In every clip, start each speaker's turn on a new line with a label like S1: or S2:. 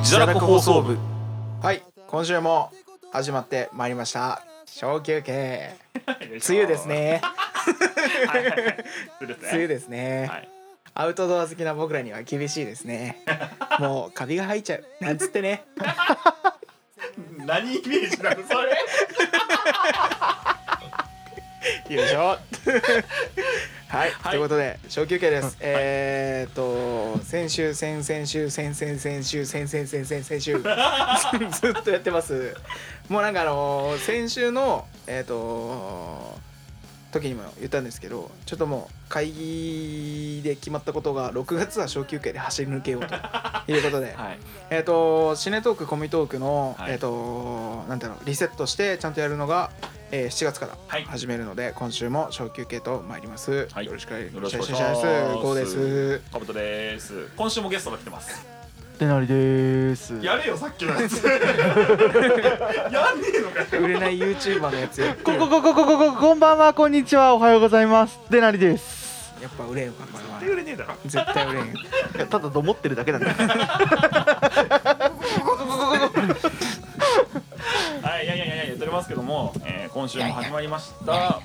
S1: 自堕落放送部
S2: はい今週も始まってまいりました小休憩梅雨で すね
S1: はいはいはいそうですね
S2: 梅雨ですね、
S1: はい
S2: アウトドア好きな僕らには厳しいですねもうカビが生えちゃうなんつってね
S1: 何イメージなのそれ
S2: よ いしょはい、
S1: はい
S2: ということで小休憩です、えーっと先週先々週先々先週先々先々先々週ずっとやってますもうなんかあのー先週のえーっと時にも言ったんですけどちょっともう会議で決まったことが6月は小休憩で走り抜けようということで、
S1: はい
S2: えっ、とシネトークコミトークの、
S1: はい
S2: えっ、となんていうのリセットしてちゃんとやるのが、えー、7月から
S1: はい
S2: 始めるので、今週も小休憩と参ります、
S1: はい
S2: よろしくお願いし
S1: よ
S2: ま
S1: ろ
S2: す
S1: しくお願いし
S2: お
S1: ます
S2: 願いしますこうです
S1: かぶとです今週もゲストが来てます
S3: てなりです。
S1: やれよさっきの やつやんねえのかよ
S2: 売れない YouTuber のやつや
S3: ここここここここんばんはこんにちはおはようございます。てなりです。
S2: っぱ売れんわこ
S1: 絶対売
S2: れは
S1: れねえだろ
S2: 絶対売れんよ
S3: いやただどもってるだけなんだ。
S1: はいいやいやいやいや言っておりますけども、えー、今週も始まりました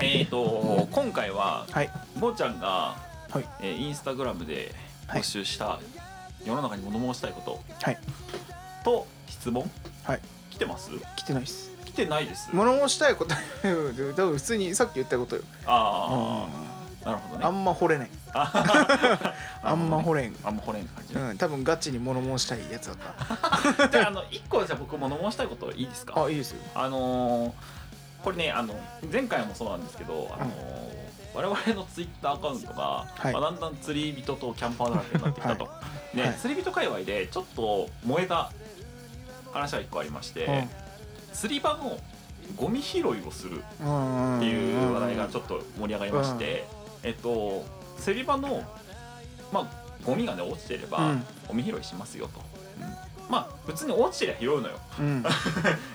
S1: えっ、ー、と今回は
S2: はい
S1: 坊ちゃんが、
S2: はい
S1: えーインスタグラムで募集した世の中に物申したいこと、
S2: はい
S1: と質問、
S2: はい
S1: 来てます
S2: 来てないっす
S1: 来てないです
S2: 物申したいこと多分普通にさっき言ったことよ
S1: ああなるほどね
S2: あんま掘れないあんま掘
S1: れ
S2: れん
S1: あんま掘れんって感じね、
S2: うん、多分ガチに物申したいやつだっ
S1: じゃああの一個じゃあ僕物申したいこといいです
S2: た
S1: か
S2: あいいですよ
S1: あのーこれねあの前回もそうなんですけどあのー我々のツイッターアカウントが、
S2: はい
S1: まあだんだん釣り人とキャンパーだらけになってきたと、ね、
S2: はい
S1: 釣り人界隈でちょっと燃えた話が一個ありまして、釣り場のゴミ拾いをする
S2: うん
S1: っていう話題がち
S2: ょっ
S1: ょっと盛り上がりまして、えっと釣り場のまあゴミがね落ちてれば、
S2: うん
S1: ゴミ拾いしますよと、まあ普通に落ちてりゃ拾うのよ
S2: と、うん、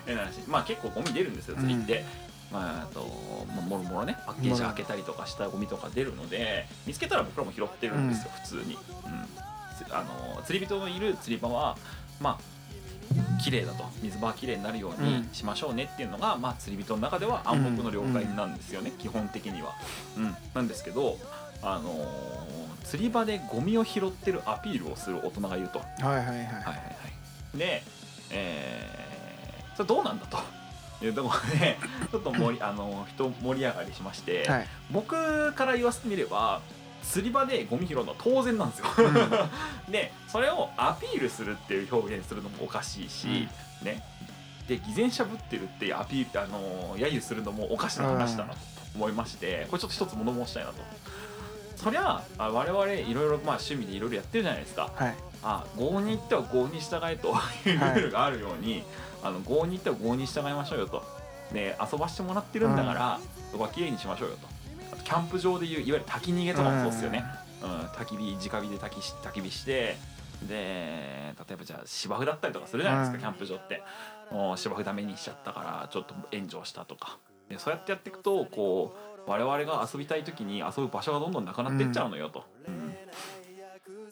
S1: えな話まあ結構ゴミ出るんですよ釣りって、まあ、あとまあもろもろねパッケージ開けたりとかしたゴミとか出るので見つけたら僕らも拾ってるんですよ、普通に、うんつあの釣り人のいる釣り場はまあ綺麗だと水場は綺麗になるようにしましょうねっていうのが、まあ、釣り人の中では暗黙の了解なんですよね、基本的には、うん、なんですけどあのー釣り場でゴミを拾ってるアピールをする大人がいると、
S2: はいはいはい、はい
S1: はいはいはい、で、えー、それどうなんだというところでちょっと盛りあの人盛り上がりしまして、
S2: はい、
S1: 僕から言わせてみれば釣り場でゴミ拾うのは当然なんですよ、 でそれをアピールするっていう表現するのもおかしいし、ねで偽善者ぶってるっていうアピールあの揶揄するのもおかしな話だなと思いまして、これちょっと一つ物申したいなとそりゃあ我々いろいろまあ趣味でいろいろやってるじゃないですか
S2: はい、
S1: あ郷に行っては郷に従えというル
S2: はい
S1: ールがあるように、あの郷に行っては郷に従いましょうよとで遊ばしてもらってるんだから、そこは綺麗にしましょうよとあとキャンプ場でいういわゆる焚き逃げとかもそうですよね、うん焚き火直火で焚きし焚き火してで例えばじゃあ芝生だったりとかするじゃないですか、
S2: うん
S1: キャンプ場ってもう芝生ダメにしちゃったからちょっと炎上したとかでそうやってやっていくとこう我々が遊びたい時に遊ぶ場所がどんどんなくなっていっちゃうのよと。うん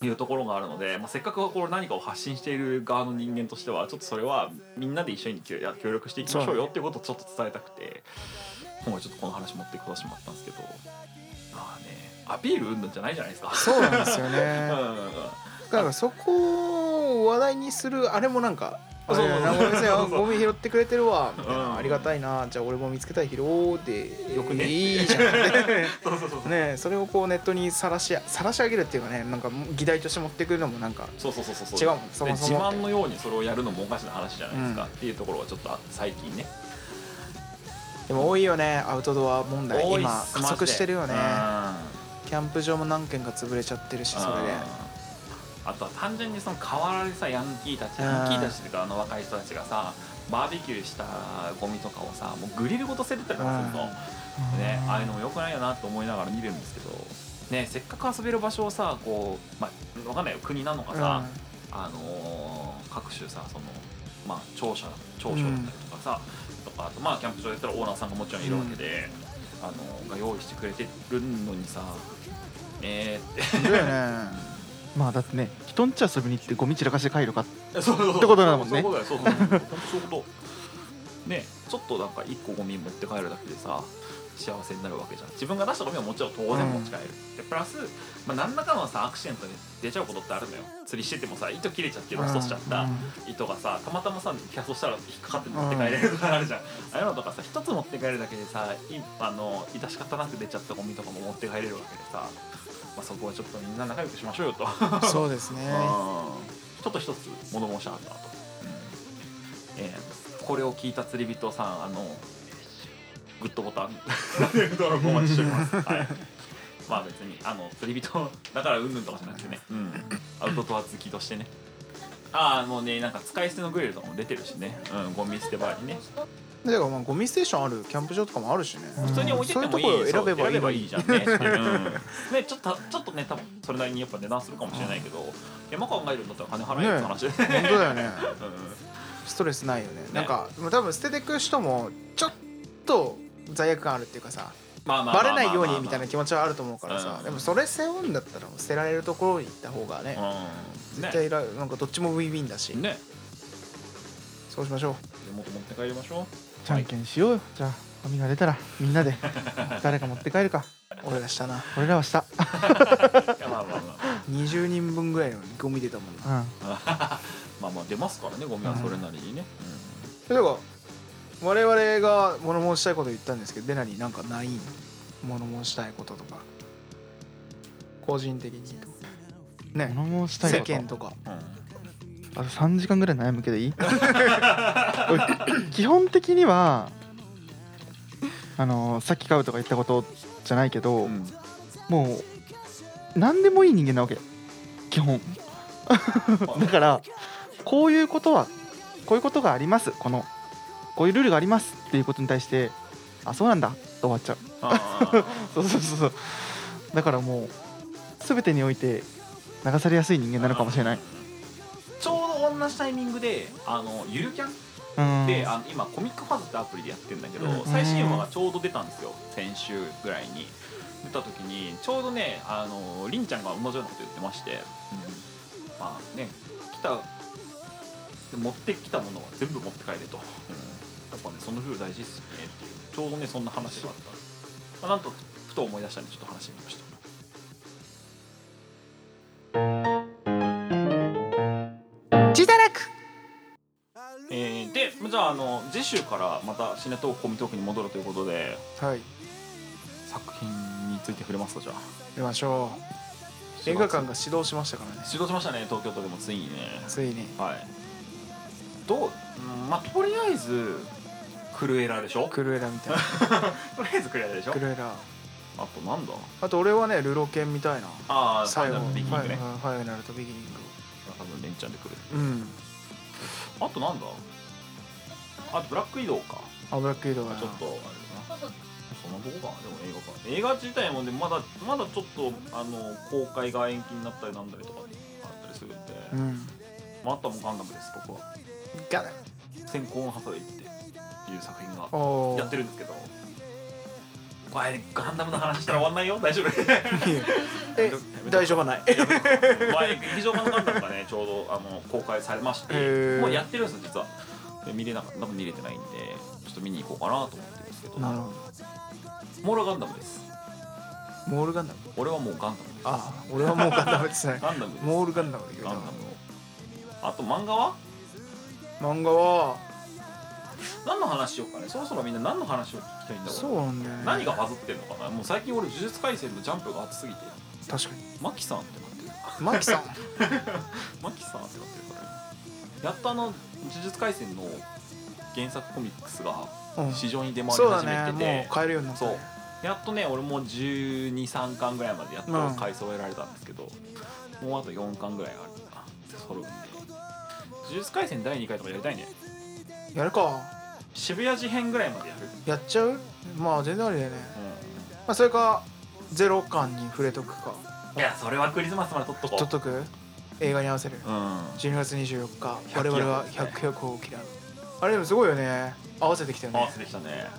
S1: いうところがあるので、まあ、せっかくこれ何かを発信している側の人間としてはちょっとそれはみんなで一緒に協協力していきましょうよっていうことをちょっと伝えたくて今回ちょっとこの話持っていくことしまったんですけどまあねアピールうんぬんじゃないじゃないですか。
S2: そうなんですよ
S1: う
S2: ね
S1: んうんうん
S2: だからそこを話題にするあれもなんか「
S1: そう
S2: あれなんかごめんなさいあ
S1: そうそう
S2: ゴミ拾ってくれてるわ」みたい
S1: うん
S2: なありがたいな」じゃあ俺も見つけたい拾おう」で
S1: よくね
S2: いいじゃん
S1: そうそうそうそう
S2: ねそれをこうネットにさらしさらし上げるっていうかねなんか議題として持ってくるのもなんか
S1: そうそうそうそうそう
S2: 違うもんそ
S1: で
S2: も
S1: 自
S2: そ
S1: 慢
S2: も
S1: のようにそれをやるのもおかしな話じゃないですか、
S2: うん
S1: っていうところはちょっと最近ね
S2: でも多いよねアウトドア問題
S1: 多いっ
S2: 今
S1: す
S2: 加速してるよね
S1: マ
S2: キャンプ場も何軒か潰れちゃってるし
S1: ジ
S2: そ
S1: でうん
S2: れで
S1: あとは単純にその河原でさヤンキーたち
S2: うん
S1: ヤンキーたちというかあの若い人たちがさバーベキューしたゴミとかをさもうグリルごと捨ててたりとかするの、ね、ああいうのも良くないよなと思いながら見るんですけど、ね、せっかく遊べる場所をさこう、まあ、分かんないよ国なのかさ、あのー各種さその、まあ、庁舎庁舎だったりとかさ、とかあとまあキャンプ場でったらオーナーさんがもちろんいるわけで、あのーが用意してくれてるのにさえー、って
S2: うんだよね
S3: まあだってね人んち遊びに行ってゴミ散らかして帰るか
S1: そうそうそう
S3: ってことだもんね
S1: そういうことだよそうそうそう本当そういうことねちょっとなんか一個ゴミ持って帰るだけでさ幸せになるわけじゃん自分が出したゴミはもちろん当然持ち帰る、でプラス、まあ、何らかのさアクシデントに出ちゃうことってあるのよ釣りしててもさ糸切れちゃってロストしちゃった、糸がさたまたまさキャストしたら引っかかって持って帰れるとかあるじゃん、ああいうのとかさ一つ持って帰るだけでさいあの致し方なく出ちゃったゴミとかも持って帰れるわけでさ、まあ、そこはちょっとみんな仲良くしましょうよと
S2: そうですね
S1: ちょっと一つ物申し上がったなと、えーこれを聞いた釣り人さんあのグッド ボタン登録お待ちしております、はい、まあ別にあの釣り人だからうんぬんとかじゃなくてね、うん、アウトドア好きとしてねああもうねなんか使い捨てのグリルとかも出てるしね、うん、ゴミ捨て場にね
S2: だからまあゴミステーションあるキャンプ場とかもあるしね
S1: 普通に置いてってもいい,、
S2: そういうところを選べばいい
S1: 選じゃんね,、 うん、ねちょっとちょっとね多分それなりにやっぱ値段するかもしれないけど山考えるんだったら金払えよって話で、
S2: 本当だよね
S1: う
S2: ストレスないよねなんかもう多分捨ててく人もちょっと罪悪感あるっていうかさ
S1: んまあまあまあまあ
S2: バレないようにみたい
S1: な
S2: な気持ちはあると思うから
S1: う
S2: さ
S1: ん
S2: でもそれ背負うんだったらもう捨てられるところに行った方がね
S1: うん
S2: 絶
S1: ね
S2: 対らなんかどっちもウィンウィンだし
S1: ね
S2: そうしましょ
S1: でもっと持って帰りましょ
S3: じゃんけんしようよじゃあゴミが出たらみんな で誰か持って帰るか
S2: う俺らしたな
S3: 俺らはした
S1: ういやまあまあまあ
S2: 20人分ぐらいのゴミ出たもんな
S3: うん
S1: まあまあ出ますからねゴミはそれなりにね、
S2: えだから我々が物申したいこと言ったんですけどデナになんかないん物申したいこととか個人的にとかね
S3: 物申したい
S2: 世
S3: こと
S2: 間とか
S1: うんうん
S3: あと3時間ぐらい悩むけど いい俺基本的にはあのさっき買うとか言ったことじゃないけど、
S1: うん
S3: もう何でもいい人間なわけ基 本だからこういうことはこういうことがありますこのこういうルールがありますっていうことに対してあそうなんだって終わっちゃう
S1: あ ー
S3: そうそうそうそうだからもう全てにおいて流されやすい人間なのかもしれない
S1: ちょうど同じタイミングであのゆるキャン
S3: うん
S1: であの今コミックファズってアプリでやってるんだけど、
S2: うん
S1: 最新話がちょうど出たんですよ先週ぐらいに出た時にちょうどねあのりんちゃんが同じようなこと言ってまして、まあね来た持ってきたものは全部持って帰れと、やっぱねそのルール大事ですよねっていうちょうどねそんな話があった、まあ、なんとふと思い出したんでちょっと話してみました
S2: 自堕落
S1: えーでじゃああの次週からまたシネトークコミトークに戻るということで
S2: はい
S1: 作品について触れますかじゃあ
S2: 出ましょう映画館が始動しましたからね
S1: 始動しましたね東京都でもついにね
S2: ついに
S1: はいどう、うん、まあとりあえずクルエラでしょと
S2: クルエラみたいな
S1: りあえずクルエラでしょ
S2: クルエラ
S1: あとなんだ
S2: あと俺はねルロケンみたいな
S1: ああ
S2: 最後
S1: ファイナルビギングね、
S2: はいはいファイナルとビギニン
S1: 多分レンちゃんで来る
S2: グうん
S1: あとなんだあとブラック移動か
S2: あブラックイドが
S1: ちょっとあれだなそんなとこかなでも映画か映画自体もねまだまだちょっとあの公開が延期になったりなんだりとかあったりするんで、
S2: うん
S1: まあ、あとはもうガンダムです僕は
S2: ガラ
S1: 先行の挟で行ってっていう作品が
S2: お
S1: やって
S2: る
S1: るんですけどこれガンダムの話したら終わんない よ大丈夫
S2: え大丈夫はない
S1: 前劇場版のガンダムがねちょうどあの公開されまして
S2: へー
S1: もうやってるんですよ実はで見れなかった多分見れてないんでちょっと見に行こうかなと思ってるんですけど
S2: なるほど
S1: モーラガンダムです
S2: モールガンダム
S1: 俺はもうガンダムです
S2: あ俺はもうガンダムですね
S1: ガンダムです
S2: モールガンダムだけど
S1: ガンダムをあと漫画は
S2: 漫画は
S1: 何の話しようかねそろそろみんな何の話を聞きたいんだろう
S2: そうなんだよね
S1: 何がバズってんのかなもう最近俺呪術廻戦とジャンプが熱すぎて
S2: 確かに
S1: マキさんってなってる
S2: マキさ
S1: マ
S2: ん
S1: キさんってなってるから今やっとあの呪術廻戦の原作コミックスが
S2: うん
S1: 市場に出回り
S2: そうだ
S1: 始め
S2: ね
S1: て
S2: も
S1: て、
S2: う買えるようになったね
S1: やっとね俺も1 2 3巻ぐらいまでやっ
S2: うん
S1: と買い揃えられたんですけど、もうあと4巻ぐらいあるかな揃うんで呪術廻戦第2回とかやりたいね
S2: やるか
S1: 渋谷事変ぐらいまでやる、
S2: やっちゃうまあ全然ありだよね
S1: う
S2: まあそれかゼロ感に触れとくか
S1: ん、いやそれはクリスマスまで撮っとこう
S2: 取っとく映画に合わせる
S1: うん
S2: 12月24日
S1: 100
S2: 我々は
S1: 百
S2: 百百を嫌うあれでもすごいよね合わせてきたよ
S1: 合わ
S2: ね
S1: せてきたね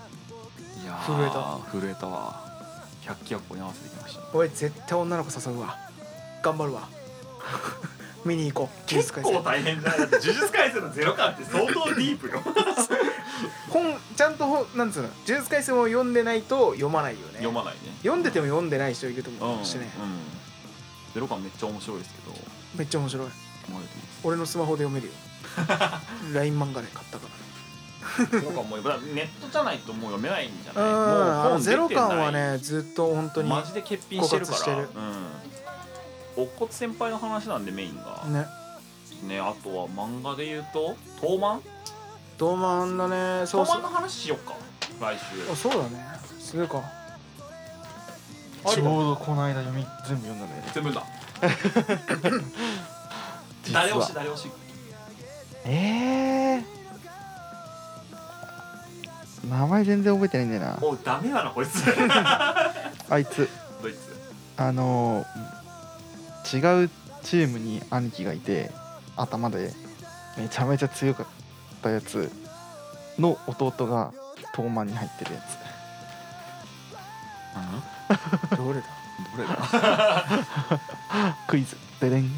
S1: いや
S2: 震え
S1: た震えたわ百鬼夜行に合わせてきましたね
S2: 俺絶対女の子誘うわ頑張るわ 見に行こう
S1: 結構大変じゃないだって呪術廻戦のゼロ感って相当ディープよ
S2: 本ちゃんと本なんつうの呪術廻戦を読んでないと読まないよね
S1: 読まないね
S2: 読んでても読んでない人いると思
S1: う
S2: うんしね、
S1: うんゼロ感めっちゃ面白いですけど
S2: めっちゃ面白い
S1: 思われて ます
S2: 俺のスマホで読めるよ LINE 漫画で買ったから
S1: ゼロ感もだからネットじゃないともう読めないんじゃないもう
S2: うん
S1: 本出
S2: ゼ
S1: てな
S2: ロ
S1: い
S2: 感はねずっと本当に
S1: マジで欠品してるか
S2: 枯渇し
S1: ら
S2: て
S1: う
S2: る
S1: んおっ骨先輩の話なんでメインが
S2: ね
S1: ねあとは漫画で言うと東漫
S2: ドーマンだねそう
S1: 東
S2: そ
S1: 漫
S2: う
S1: の話しよっか来
S2: あ
S1: 週
S2: そうだねするか
S1: あ
S3: ち
S1: り
S3: ょう
S1: だ
S3: どこの間読み全部読んだんだよね
S1: 全部だ
S3: 実は
S1: 誰推し誰推し
S3: えー、名前全然覚えてないんだよな
S1: もうダメだなこい つ
S3: あいつ
S1: ドイツ
S3: あのー違うチームに兄貴がいて頭でめちゃめちゃ強かったやつの弟が東マに入ってるや
S2: どれだ
S1: どれだ
S3: つ クイズででん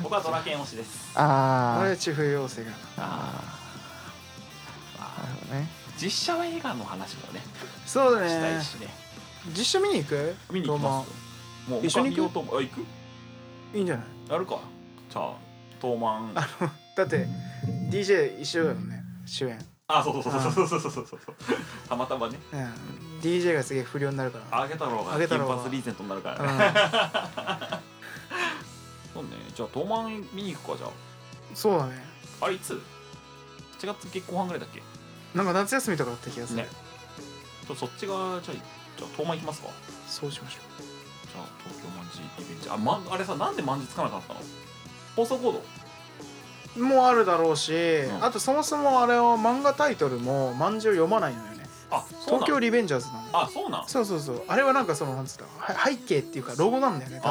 S1: 僕はドラケン推しです
S3: あ
S2: あれ
S3: ー
S2: 地風妖精が
S1: あ
S3: あなるほどね
S1: 実写は映画の話もね
S2: そうだ
S1: した
S2: ね
S1: いしね
S2: 実写見に行く
S1: 見に行きますよもう
S2: 一緒
S1: 僕は
S2: に行
S1: 見
S2: く
S1: ようと思うあ行く
S2: ドーマンいいんじゃない
S1: やるかじゃあ東漫
S2: だって DJ 一緒だよね主演
S1: あそうそうそうそうそうそうそうそうたまたまね
S2: うん DJ がすげえ不良になるから
S1: あげたろうが
S2: あげた
S1: 金
S2: ろうが
S1: 髪リーゼントになるからね
S2: う
S1: そうねじゃあ東漫見に行くかじゃ
S2: んそうだね
S1: ああれいつ7月月後半ぐらいだっけ
S2: なんか夏休みとかだった気がする
S1: ねちょそっちがじゃあじゃあ東漫行きますか
S2: そうしましょ
S1: じゃあ東京マンジリベンジあ,、ま、あれさなんでマンジつかなかったの放送コード
S2: うもうあるだろうし
S1: ん
S2: あとそもそもあれは漫画タイトルも漫字を読まないのよね
S1: あそう
S2: 東
S1: な
S2: 京
S1: ん
S2: リベンジャーズなの
S1: あそうなん
S2: そうそうそうあれはなんかそのなんつったは背景っていうかロゴなんだよね多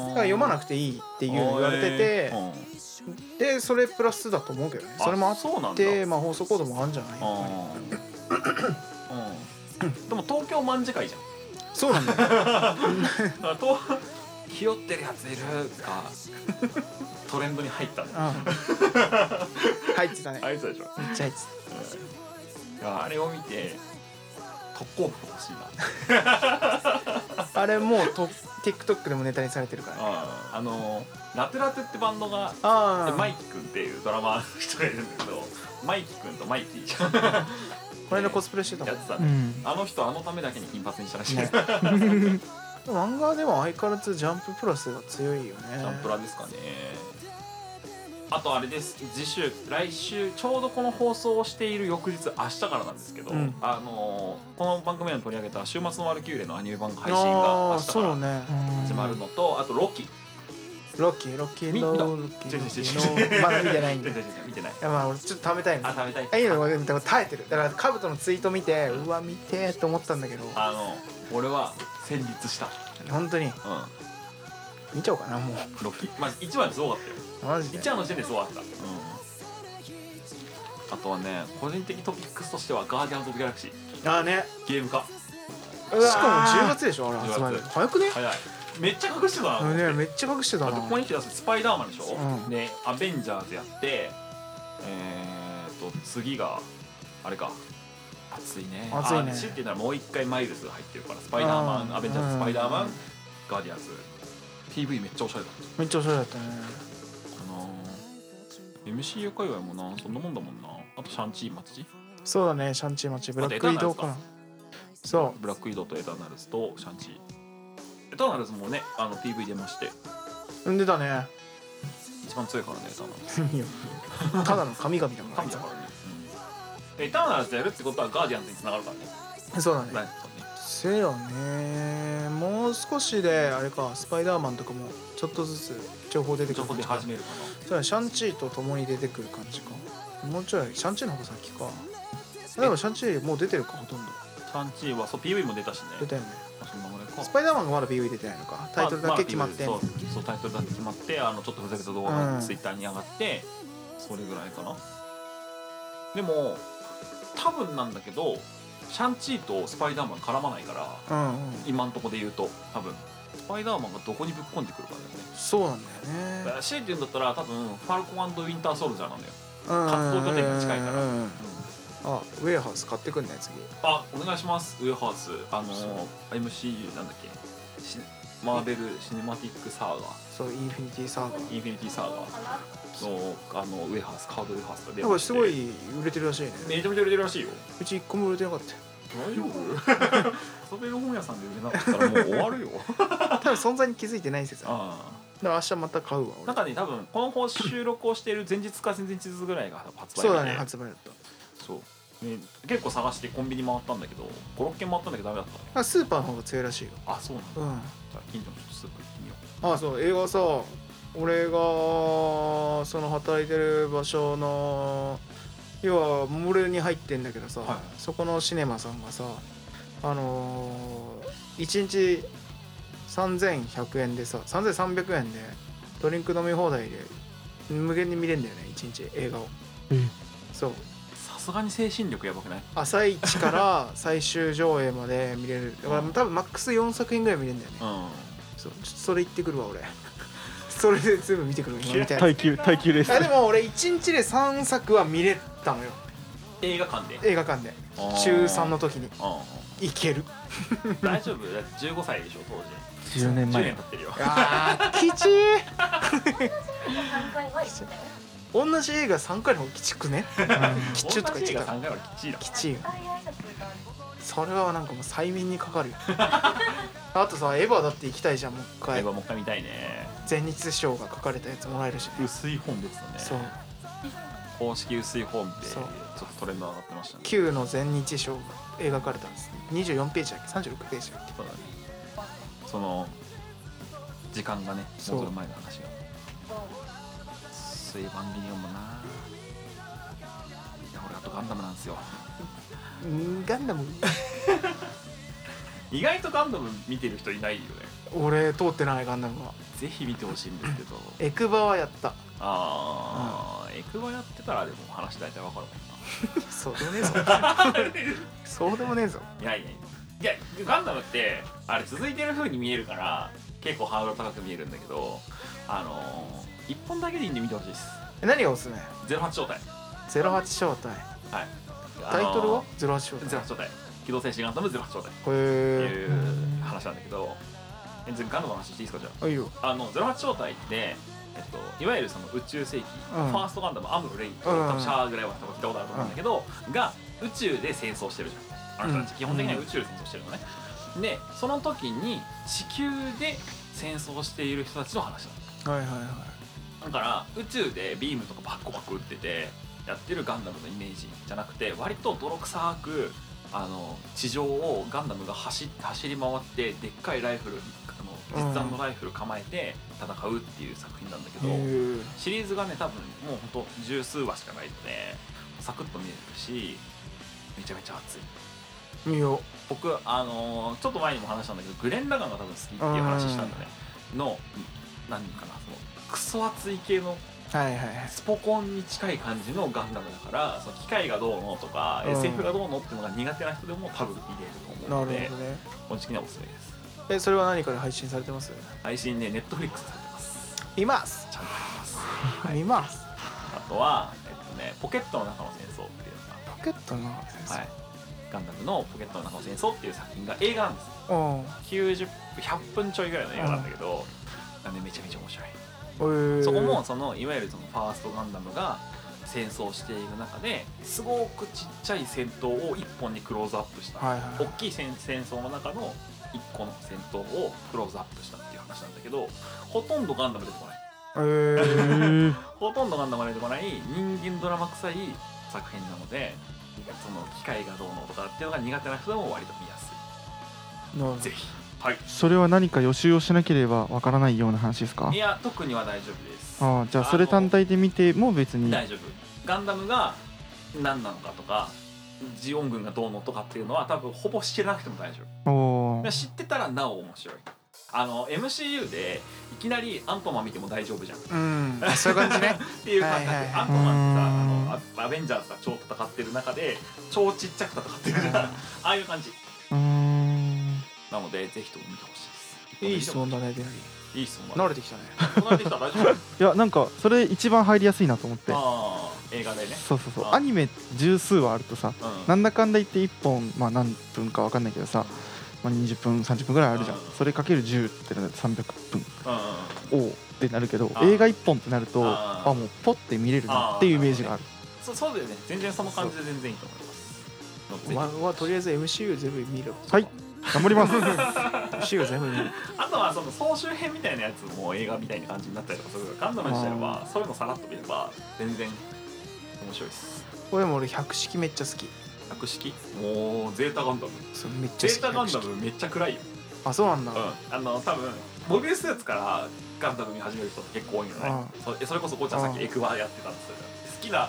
S1: あ
S2: だから読まな
S1: く
S2: くていいっていうの言われててでそれプラスだと思うけどねそれもあっ
S1: そうなんだ
S2: てまあ放送コードもあるんじゃないやっぱり
S1: あーうんでも東京卍会じゃん
S2: そうなんだよ
S1: あとひよってるやついるがトレンドに入ったね
S2: うん入ってたね
S1: あいつでしょ
S2: めっちゃ入って
S1: いやあれを見て特攻服欲しいな
S2: たあれもうと TikTok でもネタにされてるからね
S1: あーあのラテラテってバンドが
S2: あ
S1: で
S2: あ
S1: マイキ君っていうドラマーの人がいるんだけどマイキ君とマイキーちゃん
S2: これのコスプレしてたも
S1: や
S2: ん
S1: ってた
S3: う
S1: ね、
S3: ん
S1: あの人あのためだけに金髪にしたらしい、
S2: ね漫画でも相変わらずジャンププラスが強いよね
S1: ジャンプラですかねあとあれです次週来週ちょうどこの放送をしている翌日明日からなんですけど、
S2: うん
S1: あのーこの番組でも取り上げた「週末のワルキューレ」のアニメ版が配信が
S2: あ
S1: 明
S2: あ
S1: 日か
S2: そう
S1: ら
S2: ね
S1: 始まるのとあと「ロキ」
S2: ロッキーロッキ
S1: み
S2: ー
S1: んな
S2: ローロッキ
S1: 違う
S2: ー
S1: 違
S2: ロ
S1: う
S2: ッ
S1: 違う
S2: キ
S1: 違う
S2: ーのまだ見てないん
S1: 違
S2: で
S1: う違う違う見てない
S2: いやまあ俺ちょっと食べたい
S1: あ
S2: な
S1: 食べたい
S2: あいいの俺でも耐えてるだからカブトのツイート見てうわ見てーと思ったんだけど
S1: あの俺は戦慄した
S2: 本当に
S1: うん
S2: 見ちゃおうかなもう
S1: ロキまあ1話でそうだったよ
S2: マジで
S1: 1話の時点でそうだった、うん、あとはね個人的トピックスとしては「ガーディアンズ・オブ・ギャラクシー
S2: ああね」
S1: ゲーム化
S2: しかも10月でしょあれ発売
S1: 10
S2: の
S1: 月
S2: 早くね
S1: 早いめっちゃ隠してたな
S2: ねめっちゃ隠してた
S1: あ
S2: な
S1: とここに来て出すスパイダーマンでしょ、
S2: うん
S1: でアベンジャーズやってえー、と次があれか熱いね
S2: 熱いね
S1: あ強いて言うならもう一回マイルス入ってるからスパイダーマ
S2: う
S1: ン
S2: ん
S1: アベンジャーズスパイダーマン、
S2: うん
S1: ガーディアンズ PV めっちゃおしゃれだっ
S2: めっちゃおしゃれだったね
S1: たかな MCU 界隈もなそんなもんだもんなあとシャンチー松地
S2: そうだねシャンチーマッチブラック移動かなそ
S1: ブラックイドウとエターナルズとシャンチーエターナルズもねあの PV 出まして
S2: うん出たね
S1: 一番強いからねエターナルズ
S2: いいよただの神々だから
S1: 神だからね、うんエターナルズやるってことはガーディアンズに繋がるからね
S2: そうだね
S1: ライトね
S2: せよねもう少しであれかスパイダーマンとかもちょっとずつ情報出てく
S1: 情
S2: る
S1: 報
S2: 感
S1: で
S2: じ
S1: 始めるか
S2: じゃあシャンチーと共に出てくる感じかもうちょいシャンチーの方が先かでもシャンチーもう出てるかほとんど
S1: なシャンチーはそう PV も出たしね
S2: 出たよね
S1: あそんなもんねか
S2: スパイダーマンがまだ PV 出てないのかタイトルだけ決まって、
S1: ああ PV そうそうタイトルだけ決まってあのちょっとふざけた動画
S2: う
S1: が
S2: ん
S1: ツイッターに上がって、それぐらいかなでも多分なんだけどシャンチーとスパイダーマン絡まないから
S2: うんうん
S1: 今んとこで言うと多分スパイダーマンがどこにぶっ込んでくるかだよね
S2: そうなんだ
S1: だ
S2: よ
S1: か
S2: ね
S1: ら強いて言うんだったら多分ファルコンウィンターソルジャーなんだよ、
S2: 活
S1: 動拠点が近いから
S2: あウェアハウス買ってくんない次
S1: あお願いしますウェハウスあの
S2: そう
S1: ー MCU なんだっけシマーベル・シネマティック・サーガ
S2: そうインフィニティサーガー
S1: インフィニティ・サーガのあのウェハウスカードウェハウスが出
S2: なんかすごい売れてるらしいね
S1: めちゃめちゃ売れてるらしいよ
S2: うち一個も売れてなかったよ
S1: 大丈夫 遊べる本屋さんで売れなかったらもう終わるよ
S2: 多分存在に気づいてない説ある
S1: あ
S2: だから明日また買うわ
S1: あ
S2: 俺
S1: なんかね多分この本収録をしている前日か前々日ぐらいが発売
S2: そうだね
S1: 日で
S2: 発売だった
S1: そう、ね、結構探してコンビニ回ったんだけど56軒回ったんだけどダメだったね
S2: あスーパーの方が強いらしいよ
S1: あそうなんだ
S2: うん
S1: じゃあ近所の人スーパー行ってみよう
S2: あそう映画さ俺がその働いてる場所の要はモールに入ってんだけどさ、
S1: はい
S2: そこのシネマさんがさあのー、1日3100円でさ3300円でドリンク飲み放題で無限に見れんだよね1日映画を
S3: え
S2: そう
S1: さすがに精神力やばくない
S2: 朝一から最終上映まで見れるだから多分マックス4作品ぐらい見れるんだよね
S1: う
S2: そうちょっとそれ行ってくるわ俺 それで全部見てくる今みたいな
S3: 耐久耐久です
S2: あでも俺1日で3作は見れたのよ
S1: ん映画館で
S2: 映画館で
S1: あー
S2: 中3の時に
S1: う
S2: 行ける
S1: んうん大丈夫だって15歳でしょ当時
S3: 10年
S1: 10
S3: 前
S1: 年経ってるよ
S2: あーきちー同じ映画3回の方がきちくねきちゅとか言っちゃった
S1: 3回はきっちいだ
S2: きちいよそれはなんかもう催眠にかかるよあとさエヴァだって行きたいじゃんもう一
S1: 映
S2: 回
S1: 画もう一回見たいね
S2: 全日賞が書かれたやつもらえるしね
S1: 薄い本ですよね
S2: そう
S1: 公式薄い本ってち
S2: そ
S1: ょ
S2: う
S1: っとトレンド上がってましたね
S2: 旧の全日賞が描かれたんです24ページだっけ36ページだっけ
S1: そうだねその時間がね
S2: そう
S1: 戻る前の話がそういう番組読むないや俺あとガンダムなんですよ
S2: うんガンダム
S1: 意外とガンダム見てる人いないよね
S2: 俺通ってないガンダムは
S1: ぜひ見てほしいんですけど
S2: エクバはやった
S1: ああ、エクバやってたらでも話大体わかるもん
S2: そうでもねえ ぞそうでもねえぞ
S1: ないないいやガンダムってあれ続いてる風に見えるから結構ハードル高く見えるんだけどあのー、1本だけでいいんで見てほしいです
S2: え何がおすすめ
S1: 08正体
S2: 08招待
S1: はい
S2: タイトルは08招待
S1: 08正体機動戦士ガンダム08正体っ
S2: へ
S1: て
S2: え
S1: いう話なんだけどえ全然ガンダムの話していいですかじゃ
S2: あいいよ
S1: ああの08正体ってえっと、いわゆるその宇宙世紀、
S2: うん
S1: ファーストガンダムアムロ・レイと、
S2: うん
S1: 多分シャアぐらいは多分聞いたことあると思うんだけど、が宇宙で戦争してるじゃんあの人たち、
S2: うん
S1: 基本的には宇宙で戦争してるのね、でその時に地球で戦争している人たちの話な
S2: はいはいはい
S1: のだから宇宙でビームとかバッコバコ撃っててやってるガンダムのイメージじゃなくて割と泥臭くあの地上をガンダムが走って走り回ってでっかいライフルあの実弾のライフル構えて戦うっていう作品なんだけど、
S2: へ
S1: シリーズがね多分もうほんと十数話しかないのでサクッと見れるしめちゃめちゃ熱い
S2: え見よ
S1: 僕あのーちょっと前にも話したんだけどグレン・ラガンが多分好きっていう話したんだねの何かなそのクソ熱い系の
S2: うはいはいはい
S1: スポコンに近い感じのガンダムだからその機械がどうのとか、
S2: うん
S1: SF がどうのっていうのが苦手な人でも多分見れると
S2: な
S1: 思う
S2: るほ
S1: の
S2: ど
S1: で
S2: ね
S1: 個人的にはおすすめです
S2: えそれは何から配信されてます
S1: 配信ね Netflix されてます
S2: います
S1: ちゃんとあります
S2: 見ます
S1: あとは、えっとね、ポケットの中の戦争っていうのが
S2: ポケットの
S1: はい、ガンダムの「ポケットの中の戦争」っていう作品が映画なんです90 100分ちょいぐらいの映画なんだけど、なんでめちゃめちゃ面白い、
S2: うんへえ
S1: そこもそのいわゆるそのファーストガンダムが戦争している中ですごくちっちゃい戦闘を一本にクローズアップした、
S2: はいはい
S1: 大きい戦戦争の中の一個の戦闘をクローズアップしたっていう話なんだけどほとんどガンダム出てこない
S2: へえ
S1: ほとんどガンダムが出てこない人間ドラマ臭い作品なのでその機械がどうのとかっていうのが苦手な人でも割と見やすいぜひはい
S3: それは何か予習をしなければわからないような話ですか
S1: いや特には大丈夫です
S3: ああじゃあそれ単体で見ても別
S1: あの
S3: に
S1: 大丈夫ガンダムが何なのかとかジオン軍がどうのとかっていうのは多分ほぼ知らなくても大丈夫
S3: おお
S1: で知ってたらなお面白いあの MCU でいきなりアントマン見ても大丈夫じゃん
S2: うんあそういう感じね
S1: っていう感覚、
S2: はいはいはい
S1: アントマンってさあのアアベンジャーズが超戦ってる中で超ちっちゃ く戦ってるじゃんああいう感じ
S3: うーん
S1: なのでぜひとも見てほしいですで
S2: いい質問だねベア
S1: いい質問
S2: リー
S1: だね
S2: 慣れてきたね
S1: こなれてきた大丈夫
S3: いやなんかそれ一番入りやすいなと思って
S1: ああ映画でね
S3: そうそうそう
S1: あ
S3: アニメ十数話あるとさ
S1: うん
S3: なんだかんだ言って1本まあ何分か分かんないけどさ、まあ、20分30分ぐらいあるじゃん
S1: うん
S3: それかける10ってなって300分
S1: うんうん
S3: おおってなるけど
S1: あー
S3: 映画1本ってなると
S1: あ
S3: あ
S1: ー
S3: もうポッて見れるなっていうイメージがある
S1: そそうだよね全然その感じで全然いいと思います
S2: お前はとりあえず MCU 全部見ろ
S3: はい頑張ります
S2: MCU 全部見ろ
S1: あとはその総集編みたいなやつも映画みたいな感じになったりとかするからガンダム自体はそういうのさらっと見れば全然面白いです
S2: これも俺百式めっちゃ好き
S1: 格式もうゼータガンダム
S2: そうめっち
S1: ゼ
S2: ゃ
S1: ータガ
S2: 好き
S1: ンダ
S2: 百式
S1: ムめっちゃ暗いよ、
S2: あそうなんだ
S1: うん、あの多分モビルスーツからガンダム見始める人って結構多いのねそそれこそこうちゃんさっき
S2: うん
S1: エクワやってたんですよ好きな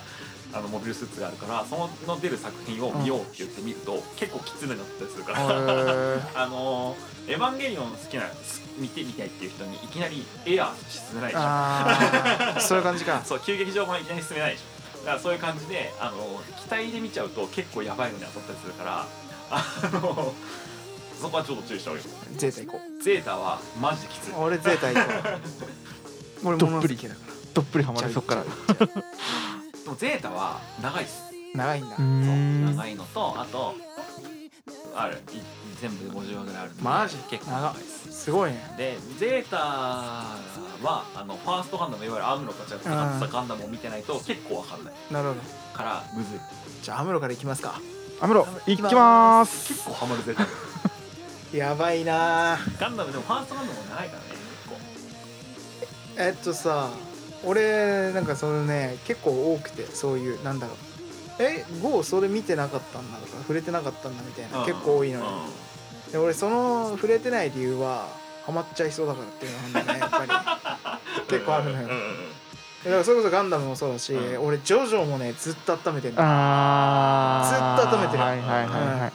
S1: あのモビルスーツがあるからそのの出る作品を見ようって言ってみると結構きつねになったりするから
S2: へ
S1: あのーエヴァンゲリオン好きなす見てみたいっていう人にいきなりエアー進めないで
S2: ー
S1: しょ
S2: あーそういう感じか
S1: そう急激情報いきなり進めないでしょだからそういう感じで、あのー期待で見ちゃうと結構やばいのに当たったりするからあのーそこはちょっと注意した方がいい
S2: ゼータ行こ
S1: ゼータはマジできついう
S2: 俺ゼータ行こう俺
S3: ど
S2: 物好
S3: っぷり
S2: きだか
S3: どっぷりハ
S2: ら
S3: マるそっから
S1: でもゼータは長いっす
S2: 長いんだ
S3: うー
S1: そうん長いのとあとあるい全部で50話ぐらいあるんで
S2: マジ
S1: 結構
S2: 長
S1: 長
S2: い
S1: いです
S2: すごいね
S1: でゼータはあのファーストガンダムいわゆるアムロたちが使ってたガンダムを見てないと結構わかんない
S2: なるほど
S1: からむずい
S2: じゃあアムロから行きますか
S3: アムロ行きまーす
S1: 結構ハマるゼー タ
S2: やばいなー
S1: ガンダムでもファーストガンダムもないからね
S2: えっとさ俺なんかそのね結構多くてそういうなんだろうえゴーそれ見てなかったんだとか触れてなかったんだみたい
S1: 結構
S2: な結構多いのよ
S1: うん
S2: で俺その触れてない理由はハマっちゃいそうだからっていうのがあるんだよねやっぱ り結構あるのよ
S1: うんうんうん
S2: だからそれこそガンダムもそうだし、
S1: うん
S2: 俺ジョジョもねずっと温めてんだ
S3: あー
S2: ずっと温めてる
S3: はいはいはいはい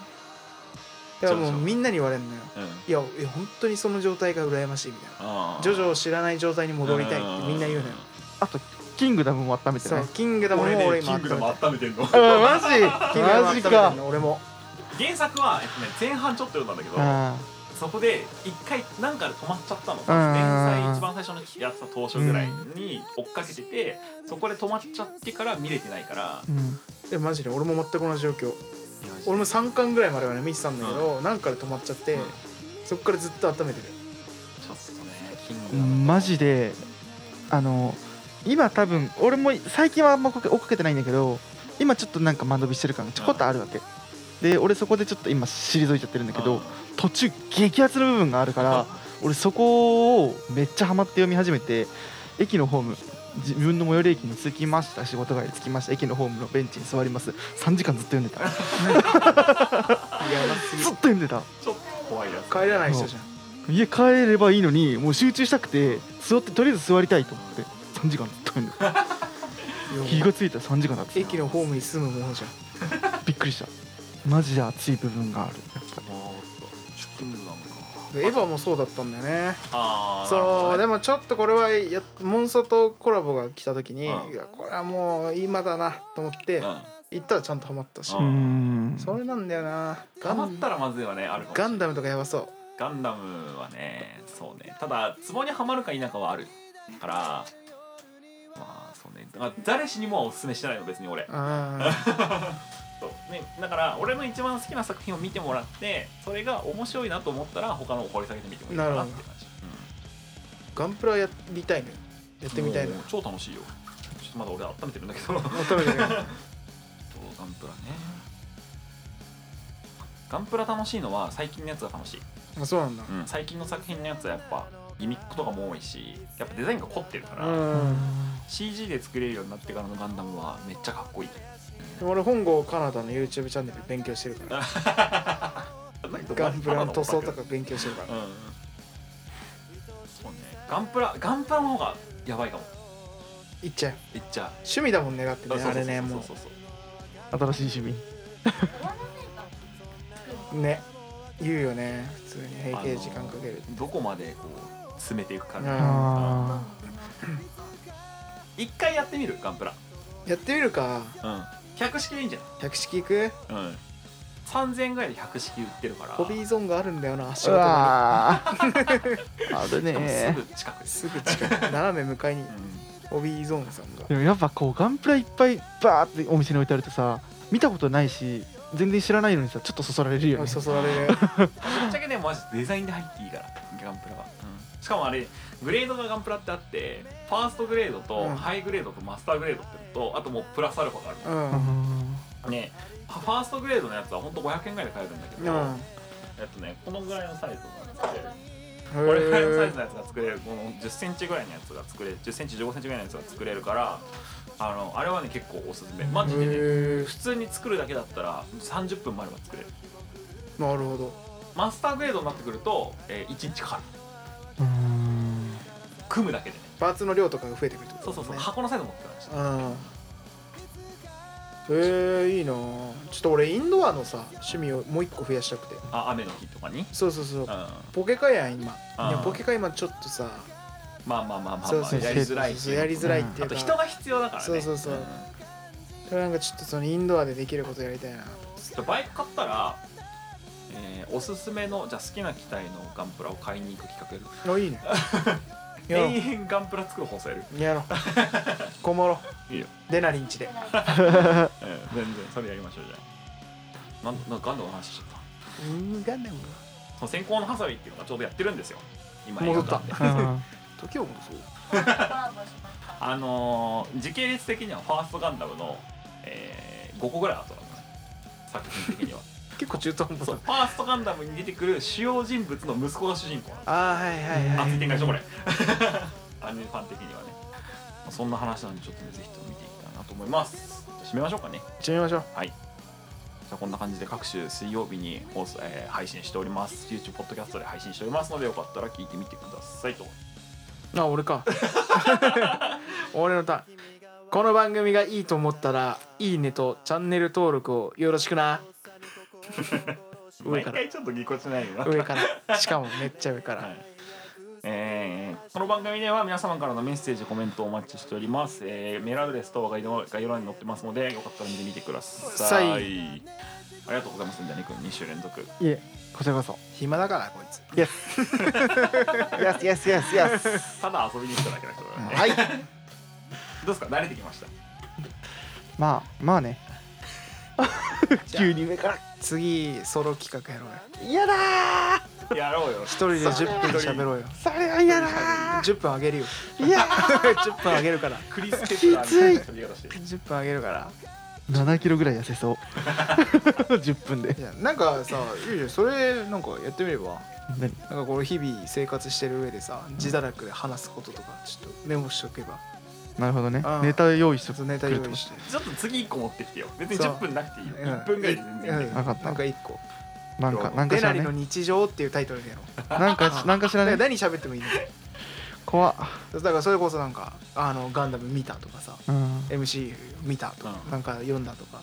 S2: だから
S1: ジョ
S2: もう
S1: ジョ
S2: みんなに言われるのよ
S1: うん
S2: いやいや本当にその状態が羨ましいみたい
S1: あ
S2: な
S1: ー
S2: ジョジョを知らない状態に戻りたいってみんな言うのよ
S3: あとキングダムも温めて
S2: そ
S3: ね
S2: うキングダム
S1: 俺
S2: も俺
S1: ねキ
S2: 今
S1: ン
S2: 温め
S1: グ
S2: て
S1: ダム
S2: る
S1: 温めてんの
S3: う
S1: 原
S3: んマジ
S2: キングダム温
S3: マ
S2: め
S3: ジ
S2: てる
S3: か
S2: の俺も
S1: 作は、えっとね、前半ちょっと読んだんだけど
S3: あ
S1: そこで一回なんかで止まっちゃったの連載一番最初のやつの当初ぐらいに追っかけててそこで止まっちゃってから見れてないから
S3: ーうん
S2: えマジで俺も全く同じ状況俺も3巻ぐらいまではね見てたんだけど、なんかで止まっちゃって、
S1: うん
S2: そっからずっと温めてる
S1: ちょっとねキングダム
S3: マジであの今多分俺も最近はあんま追っかけてないんだけど今ちょっとなんか間延びしてる感がちょこっとあるわけで俺そこでちょっと今退いちゃってるんだけど途中激アツの部分があるから俺そこをめっちゃハマって読み始めて駅のホーム自分の最寄り駅に着きました仕事帰り着きました駅のホームのベンチに座ります3時間ずっと読んでたず
S2: やば
S3: っ
S2: すぎ
S3: と読んでた
S1: ちょっと怖いやつ
S2: 帰らない人じゃん
S3: 家帰ればいいのにもう集中したくて座ってとりあえず座りたいと思って3時間ずっと読んでた気がついたら3時間だった
S2: 駅のホームに住むものじゃん
S3: びっくりしたマジで熱い部分があるやっぱ
S1: もうキングダム
S2: でエヴァもそうだったんだよね
S1: かああ
S2: そのでもちょっとこれはやモンストとコラボが来た時に、
S1: うん
S2: いやこれはもう今だなと思って、行ったらちゃんとハマったし、
S1: う
S3: うーん
S2: それなんだよなガ
S1: ハ
S2: ン
S1: マったらまずいはねあるかもしれ
S2: ガ
S1: ない
S2: ンダムとかやばそ
S1: ガンダムはねそうねただツボにはまるか否かはあるからまあそうねだから誰しにもはおすすめしてないの別に俺
S2: ううん
S1: そう、ね、だから俺の一番好きな作品を見てもらってそれが面白いなと思ったら他のを掘り下げてみてもいいかなって感じ、
S2: ガンプラやりたいのよやってみたいの
S1: も
S2: よ
S1: う超楽しいよちょっとまだ俺温めてるんだけど
S2: 温めてる
S1: ガンプラねガンプラ楽しいのは最近のやつが楽しい、
S2: あそうなんだ
S1: うん最近の作品のやつはやっぱギミックとかも多いしやっぱデザインが凝ってるから、
S2: うん、
S1: CG で作れるようになってからのガンダムはめっちゃかっこいい
S2: でも俺本郷カナダの YouTube チャンネル勉強してるからガンプラの塗装とか勉強してるか
S1: う
S2: ら
S1: んそうねガンプラガンプラの方がやばいかも
S2: いっちゃう
S1: めっちゃ
S2: 趣味だもんねだって
S1: そう
S2: ね
S1: そう
S2: あ
S1: そう
S2: れねも
S1: そうそう
S3: 新しい趣味
S2: うね言うよね普通に平
S1: あ
S2: 気で
S1: の
S2: 時間かける
S1: どこまでこう詰めていくかみたい
S2: うん
S1: な
S3: あ
S1: 一回やってみるガンプラ
S2: やってみるか
S1: うん百式でいいんじゃ
S2: 百式いく
S1: ないうん3000円ぐらいで百式売ってるから
S2: ホビーゾーンがあるんだよな仕事
S3: う
S2: 場
S3: わーあ る
S1: でも
S3: ね
S1: すぐ近くで
S2: に
S1: す、
S2: すぐ近く斜め向かいに
S1: うん
S2: ホビーゾーンさんが
S3: でもやっぱこうガンプラいっぱいバーってお店に置いてあるとさ見たことないし全然知らないのにさちょっとそそられるよね
S2: そそられる
S1: ぶっちゃけねマジデザインで入っていいからガンプラは、うんしかもあれグレードがガンプラってあってファーストグレードと
S2: うん
S1: ハイグレードとマスターグレードってのとあともうプラスアルファがある
S2: う
S3: うん
S2: うん
S3: ん
S1: のねファーストグレードのやつはほんと500円ぐらいで買えるんだけど、えっとねこのぐらいのサイズなんです
S2: へー
S1: これぐらいのサイズのやつが作れるこの1 0ンチぐらいのやつが作れる1 0ンチ1 5ンチぐらいのやつが作れるからあのあれはね結構おすすめマジでね
S2: へ
S1: 普通に作るだけだったら30分前は作れる
S2: ーなるほど
S1: マスターグレードになってくると、え1日かかる
S3: うん
S1: 組むだけでね
S2: パーツの量とかが増えてくるって
S1: そ
S2: こ
S1: うそ
S2: と
S1: う
S2: で
S1: そう、
S2: すね
S1: 箱のサイズ持ってました
S2: うんえー、いいなぁちょっと俺インドアのさ趣味をもう一個増やしたくて
S1: あ雨の日とかに
S2: そうそうそう
S1: うん
S2: ポケカやん今
S1: あー
S2: いやポケカ今ちょっとさ
S1: まあまあまあまあ、まあ、
S2: そうそうそう
S1: やりづらい
S2: そうそうやりづらいってい
S1: あ
S2: う
S1: と
S2: か
S1: 人が必要だからね
S2: そうそうそうんそれなんかちょっとそのインドアでできることやりたいな
S1: ちょっとバイク買ったら、えーおすすめのじゃあ好きな機体のガンプラを買いに行く企画やる
S2: おい いねやろ
S1: 永遠ガンプラ作る放送やる
S2: うやろうこもろ
S1: いいよ、
S2: デナリンチで
S1: うん全然それやりましょうじゃあなんなんかガンダムの話しちゃった
S2: うんガンダム
S1: その先行のハサウェイっていうのがちょうどやってるんですよ今
S2: 戻った
S1: 映画館で
S3: うん
S2: 時を戻そう
S1: あのー時系列的にはファーストガンダムの、え5個ぐらい後なんですよ作品的には
S2: 結構中途半端
S1: そう
S2: だ
S1: ファーストガンダムに出てくる主要人物の息子が主人公なんです
S2: あーはいはい
S1: 熱
S2: はい
S1: い展開でしょこ れアニメファン的にはねまあそんな話なんでちょっとねぜひとも見ていきたいなと思います締めましょうかね
S2: じゃあ見ましょう
S1: じゃあこんな感じで各週水曜日に放送、えー配信しております YouTube ポッドキャストで配信しておりますのでよかったら聞いてみてくださいと
S2: あ 俺か俺のターンこの番組がいいと思ったらいいねとチャンネル登録をよろしくな上
S1: 毎
S2: から
S1: 回ちょっとぎこちないよな
S2: 上からしかもめっちゃ上から、
S1: はいえーこの番組では皆様からのメッセージコメントをお待ちしております、えーメールアドレス等が概要欄に載ってますのでよかったら見てみてください
S2: さ
S1: ありがとうございますんでねくん2週連 続
S3: いえ こちらこそ
S2: 暇だからこいつ
S3: Yes Yes Yes Yes Yes
S1: ただ遊びに来ただけの人だからね、
S2: はい
S1: どうですか慣れてきました
S3: まあまあね急に目から
S2: 次ソロ企画やろうよ
S3: 嫌だー
S1: やろうよ
S2: 一人で10分
S1: それ
S2: 喋ろうよ
S3: それは嫌だー
S2: 10分あげるよ
S3: いや
S2: 10分あげるから
S1: クリス・ペプラーみたいな喋り方して
S2: 10分あげるから
S3: 7キロぐらい痩せそう 10分で
S2: いやなんかさゆうじゃんそれなんかやってみれば
S3: 何
S2: なんかこう日々生活してる上でさ自堕落で話すこととかちょっとメモしとけば
S3: なるほどね
S2: うん
S3: ネタ用意し
S2: ちょっ
S3: とく
S2: とネタ用意して
S1: ちょっと次1個持ってきてよ別に
S2: そう
S1: 10分なくていいよ
S2: うん
S1: 1分ぐらいで全然いいんだ
S2: う
S1: け
S2: ん
S1: ど
S3: わかった
S2: なんか一個
S3: なんかなんか
S2: デ
S3: し
S2: ナ
S3: ら
S2: リの
S3: ね
S2: 日常っていうタイトルでやろう
S3: なんかしなんかしら
S2: だから何
S3: ね
S2: 喋ってもいいの
S3: 怖っ
S2: だからそれこそなんかあのガンダム見たとかさ
S3: うん
S2: MC 見たとか
S1: うん
S2: なんか読んだとか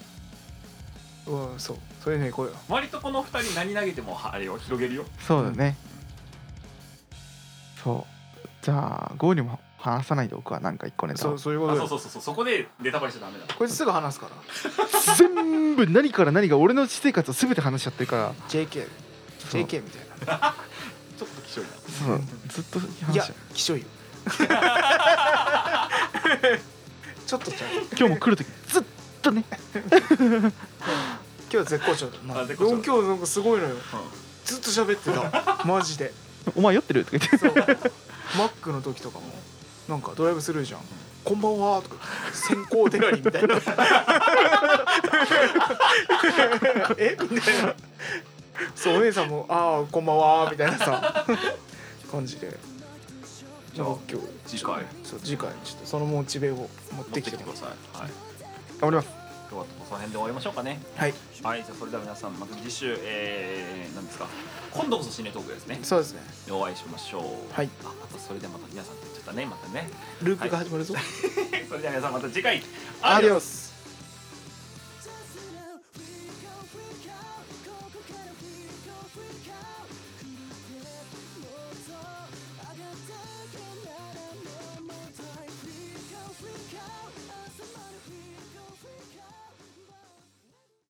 S2: うんそうそういうのにこうよ
S1: 割とこの2人何投げてもはあれを広げるよ
S3: そうだねそうじゃあゴーにも話さないでおくわなんか一個ネタ
S2: そ
S3: を
S2: うそういうこ
S1: あそ
S2: とよ
S1: うそうそうそうそこでネタバレしちゃダメだ
S2: こいつすぐ話すから
S3: 全部何から何が俺の私生活を全て話しちゃってるから
S2: JK
S3: そう
S2: JK みたいな
S1: ちょっと気象いな
S3: そうずっと
S2: い
S3: 話
S2: や
S3: しちゃう
S2: きしょいよちょっとちゃう
S3: 今日も来る時ずっとね
S2: 今日絶好調だな
S1: あ絶好調
S2: 今日なんかすごいの
S1: う
S2: よ
S1: ん
S2: ずっと喋ってたマジで
S3: お前酔ってるとか言って
S2: そうマックの時とかもなんかドライブスルーじゃん「こんばんは」とか「先行デラリ」みたいなえみたいなそうお姉さんも「ああこんばんは」みたいなさ感じで
S1: じゃあ
S2: なんか今日
S1: 次回
S2: そう次回ちょっとそのモチベを持ってきて
S1: 持
S2: ま
S1: っ
S2: す
S1: てきてください、はい、
S3: 頑張ります
S1: 今日はその辺で終わりましょうかね
S2: はい
S1: はいじゃあそれでは皆さんまた次週えー、なんですか今度こそシネトークですね
S2: そうですね
S1: お会いしましょう
S2: はい
S1: あまたそれでまた皆さんって言っちゃったねまたね
S2: ループが始まるぞ、
S1: それでは皆さんまた次回
S2: アディオス
S4: Just now, freak out, freak out, ここから freak out, freak out